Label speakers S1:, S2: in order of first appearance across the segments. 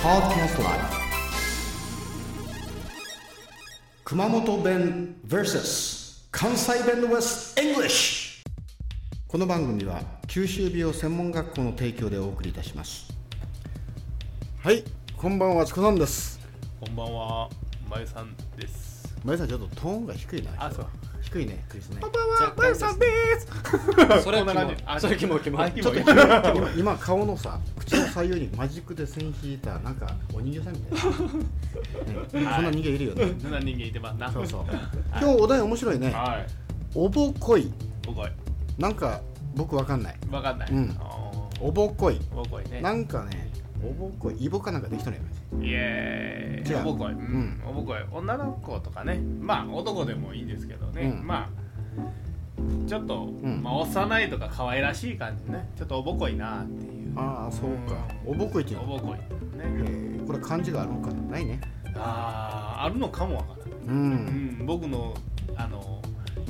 S1: Podcast Live 熊本弁 vs 関西弁 vs English この番組は九州美容専門学校の提供でお送りいたします
S2: はい、こんばんは、つこさんです。
S3: こんばんは、まゆさんです。
S1: まゆさんちょっとトーンが低いな
S3: あ、そう。
S1: 低いねクリスね
S3: まゆさんです。
S4: それは
S3: こんな感じ
S4: キモいそれキモいキモい
S3: ちょっと
S1: 今今顔のさ口の左右にマジックで線引いたなんかお人形さんみ たいな、ね、そんな人形いるよね
S3: 7人間いてますな。
S1: そうそう今日お題面白いね
S3: はい。
S1: おぼこい
S3: おこい。
S1: なんか僕わかんない
S3: わかんない。
S1: うん
S3: あ
S1: おぼこい
S3: ー。おこいね。
S1: なんかねおぼこいイボかなんかできとるやん
S3: イエ
S1: じゃ
S3: ー
S1: あ
S3: イ。おこい。うんん。おこい。女の子とかね。まあ、男でもいいですけどね。
S1: うん
S3: まあ、ちょっと、
S1: ん
S3: まあ、幼いとか可愛らしい感じね。ちょっとおぼこいなっていう。
S1: ああそうかおぼこいっていう
S3: お
S1: の
S3: ぼこい。
S1: え
S3: ね。
S1: ーこれ漢字があるのかなないね
S3: ああ、あるのかもわからない。
S1: う
S3: うんん、僕のあの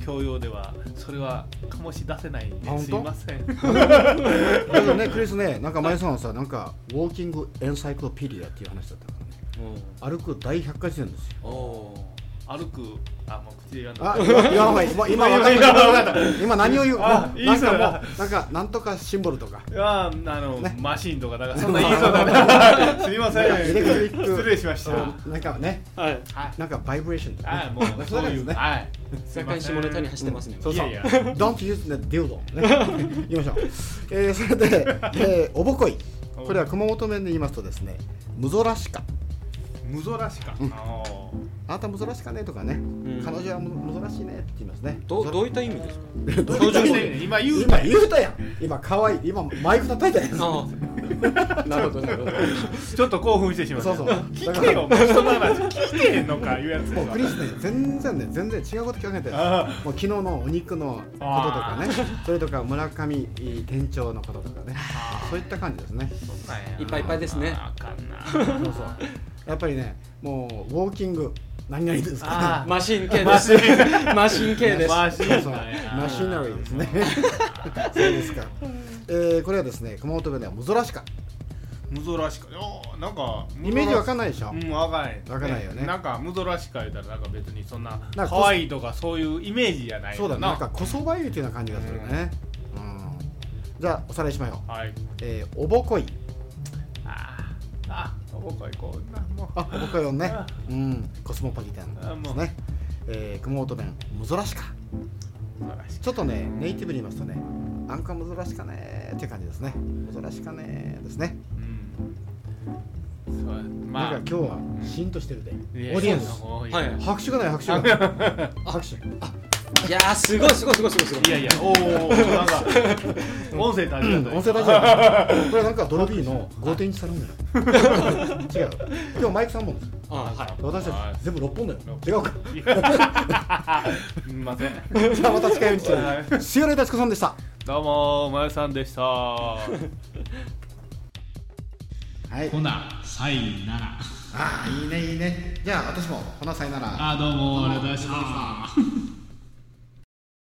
S3: 教養ではそれは醸し出せないん
S1: あ本
S3: で
S1: 当
S3: すいません
S1: だけどねクリスねなんか前さんはさなんかウォーキングエンサイクロペディアっていう話だったからね歩く大百科事典ですよ
S3: おお歩くあもう口で言わ
S1: あ
S3: ない
S1: 今言わんほうがいい今今分かった今分かった今何を言うもう
S3: あい
S1: ないん
S3: それ
S1: かもうなんかなんとかシンボルとか
S3: ああの、
S1: ね
S3: マシンとかだからそんな言いそうだ ねすいませ
S1: なんかエレクトリッ
S3: ん
S1: ク
S3: 失礼しましたは
S1: なんかね
S4: はい
S3: い
S1: なんかバイブレーションとか
S3: はいもう
S1: そ
S3: そうう
S1: で
S3: い
S1: す
S3: う
S1: ね
S3: はいすい
S4: 若
S3: ません
S4: 干下ネタに走ってますね
S1: そうそう
S3: いやいや
S1: Don't use the dildo ね言いましょう、えーそれで、えーおぼこいこれは熊本弁で言いますとですねむぞらしか
S3: 無ぞらしか、あー
S1: あなたむぞらしかねとかね、
S4: ん
S1: 彼女はむむぞらしいねって言いますね
S4: どどう
S1: い
S4: いった意味ですか
S1: うどう
S3: 標
S1: い
S3: 準語
S1: う
S3: で今言う
S1: 今言うたやん今かわいい今マイク叩いたやん
S4: ああなるほどなるほど
S3: ちょっと興奮してしまった
S1: そうそう
S3: 聞けよもう人の話聞いてへんのかいうやつ
S1: もうクリスね全然ね全然違うこと考えてる
S3: あ
S1: もう昨日のお肉のこととかねそれとか村上店長のこととかねそういった感じですね
S3: そんなんやない
S4: っぱいいっぱいですね
S3: あかんな
S1: そうそうやっぱりねもうウォーキング何々ですか
S3: あ
S4: マシン系で
S3: マ
S4: す
S3: シン
S4: マシン系です
S3: マ
S1: ね
S3: シン
S1: そうそう
S3: なんや
S1: マシナリーですねそうですか、えー、これはですね熊本弁ではむぞらしか
S3: むぞらしかおなんか
S1: イメージわかん
S3: ない
S1: ないでしょ、
S3: うんわかんない
S1: わかんないよね
S3: なんかむぞらしか言うたらなんか別にそんな
S1: なんか
S3: 可愛いとかそういうイメージじゃない
S1: そうだね
S3: な
S1: なんかこそばゆいというような感じがするね、うん、じゃあおさらいしましょう、
S3: はい
S1: えー、おぼこい
S3: あーあ僕はこうなもう
S1: あ、僕はよね
S3: あ。
S1: うん、コスモポリタン
S3: あ
S1: で
S3: も
S1: す
S3: う
S1: ね。えー、熊本弁、むぞらしか。
S3: むぞらしか
S1: ちょっとね、ネイティブに言いますとね、あんかむぞらしかねーっていう感じですね。むぞらしかねーですね。
S3: うんそうまあ
S1: なんか今日はシーンとしてるで。
S3: い
S1: オ
S3: や
S1: ーディエンス。
S3: そんなもん
S4: はい
S1: 拍手がない、拍手がない。拍手。
S4: いやーすごいすごいすごいすごいすごい
S3: いやいやおおなんか音声大事だ
S1: 音声ラジオ。これなんかドルビーの5.1され るんじゃない違う。今日マイク3本です。
S4: あは
S1: 私たち全部6本だよ。違うか。
S3: いやすみません
S1: じゃあまた近いうち
S3: は
S1: に。シオレタチコさんでした。
S3: どうもまゆさんでした
S1: はい。
S3: ほなさいなら
S1: ああ、いいね、いいね。じゃあ私も、ほなさいなら。
S3: あどうもありがとうございました